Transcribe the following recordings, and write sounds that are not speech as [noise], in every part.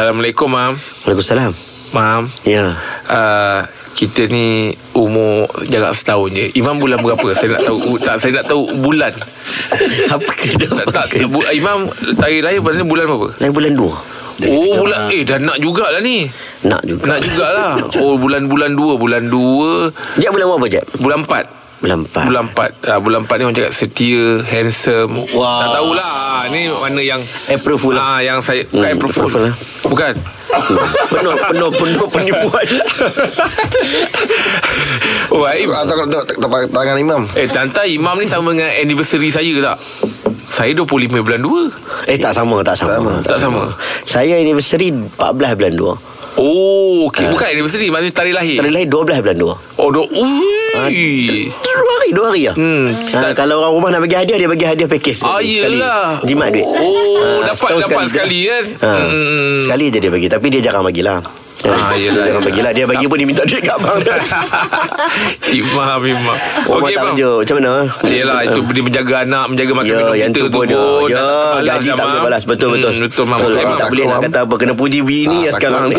Assalamualaikum, Mam. Waalaikumsalam Mam, Ya uh, kita ni umur jarak setahun je. Imam bulan berapa? saya nak tahu. u- Tak, saya nak tahu bulan. [laughs] Apa Tak, kena tak bu, Imam tarikh raya pasalnya bulan berapa? Lagi bulan dua oh, bulan eh dah nak jugalah ni. Nak juga Nak jugalah. Oh, bulan-bulan dua, bulan dua, Jep bulan berapa Jep? bulan empat. Bulan empat Bulan empat ha, Bulan empat ni orang cakap Setia Handsome Wah. Tak tahulah Ah, Ni mana yang April Fool ah, lah. Yang saya Bukan Hmm, April Fool April Fool lah. Bukan [laughs] Ah. Penuh penuh penuh penipuan Oh Aim Atau kalau tengok tapak tangan imam Eh Tanta Imam ni sama dengan Anniversary saya tak Saya 25 bulan 2 Eh tak sama Tak sama sama. Tak sama Saya anniversary 14 bulan dua Oh okay. Bukan anniversary Maksudnya tarikh lahir Ah. Tarikh Ah, lahir 12 bulan dua Oh do- Ui Dua hari Dua hari lah Hmm. ha, Kalau orang rumah nak bagi hadiah Dia bagi hadiah package Ah yelah Jimat duit Oh Ah, dapat setahun Dapat sekali, je. kan ha. Hmm. [laughs] Sekali je dia bagi Tapi dia jarang bagilah Ah, Dia yelah, Jarang yelah. bagilah Dia bagi pun dia minta duit kat abang [laughs] Imam Imam Orang Okey, tak Mam. kerja Macam mana Yelah itu dia menjaga anak Menjaga makan Ya, minum yang kita tu pun dia. pun dah Ya, tak terbalas gaji dah, tak boleh Mam. balas. Betul, betul. Hmm, Betul Mam Betul, Okey, Gaji [laughs] Mam. tak boleh nak Mam. kata apa. Kena puji bini Ah, ya tak sekarang ni.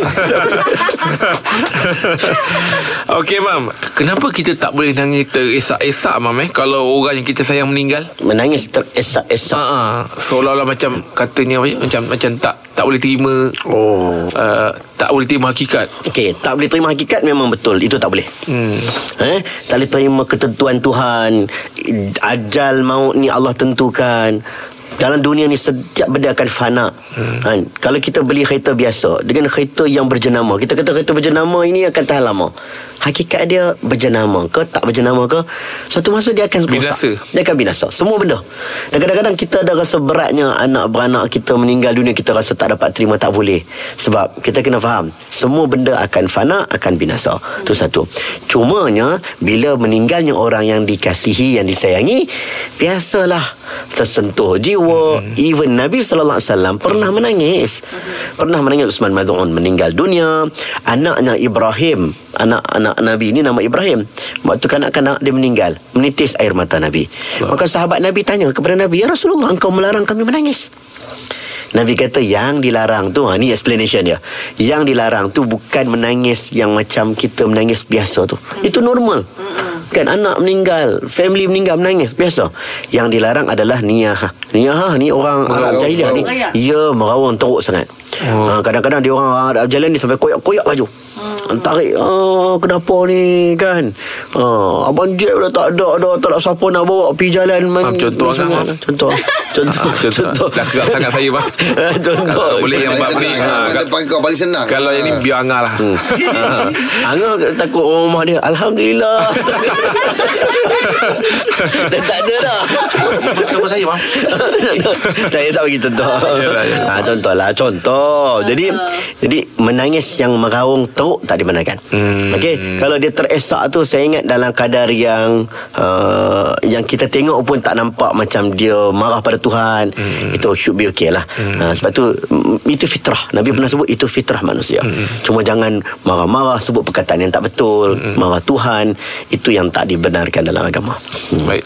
Okey Mam Kenapa kita tak boleh nangis teresak-esak Mam eh Kalau orang yang kita sayang meninggal Menangis teresak-esak. Ha Seolah-olah macam katanya apa ya? macam macam tak tak boleh terima Oh. uh, tak boleh terima hakikat. Okey, tak boleh terima hakikat memang betul. Itu tak boleh. Hmm. Eh, tak boleh terima ketentuan Tuhan. Ajal maut ni Allah tentukan. Dalam dunia ni setiap benda akan fana. Hmm. Kan? Kalau kita beli kereta biasa dengan kereta yang berjenama, kita kata kereta berjenama ini akan tahan lama. Hakikat dia berjenama ke tak berjenama ke, suatu masa dia akan rosak. Binasa. Dia akan binasa Semua benda Dan kadang-kadang kita ada rasa beratnya Anak beranak kita meninggal dunia Kita rasa tak dapat terima Tak boleh Sebab kita kena faham Semua benda akan fana Akan binasa Itu satu Cumanya Bila meninggalnya orang yang dikasihi Yang disayangi Biasalah tersentuh jiwa hmm. even Nabi sallallahu alaihi wasallam pernah menangis pernah menangis Utsman Mad'un meninggal dunia anaknya Ibrahim anak-anak Nabi ini nama Ibrahim waktu kanak-kanak dia meninggal menitis air mata Nabi maka sahabat Nabi tanya kepada Nabi ya Rasulullah engkau melarang kami menangis Nabi kata yang dilarang tu ha, Ni explanation dia Yang dilarang tu bukan menangis Yang macam kita menangis biasa tu Itu normal Kan anak meninggal Family meninggal menangis Biasa Yang dilarang adalah niyah Niyah ha, ni orang Arab Merawang, jahiliah ni merawang. Ya merawang teruk sangat Oh. ha, Kadang-kadang dia orang Arab jalan ni Sampai koyak-koyak baju hmm. Tarik ah, Kenapa ni kan ah, Abang Jeb dah tak ada dah, Tak ada siapa nak bawa Pergi jalan Mam, contoh agak, Mam. Contoh Contoh, Ah, [laughs] contoh. Dah kerap sangat saya, Mam. Contoh Tak boleh yang bab Paling Hmm. ni. senang Ha, Pada kal- pagi kau paling senang Kalau yang ni Ah. biar angah lah. Ha. [laughs] Angah takut orang rumah dia Alhamdulillah [laughs] Dah tak ada dah Tunggu saya bang Saya tak bagi contoh Yalah, yalah. ha, Contoh lah Contoh Jadi Jadi menangis yang meraung teruk Tak dibenarkan Hmm. Okey Kalau dia teresak tu Saya ingat dalam kadar yang uh, Yang kita tengok pun Tak nampak macam dia Marah pada Tuhan Hmm. Itu should be okay lah ha, Sebab tu mm, Itu fitrah Hmm. Nabi pernah sebut Itu fitrah manusia Cuma jangan Marah-marah Hmm. Sebut perkataan yang tak betul Marah Tuhan Itu yang tak dibenarkan dalam agama Baik.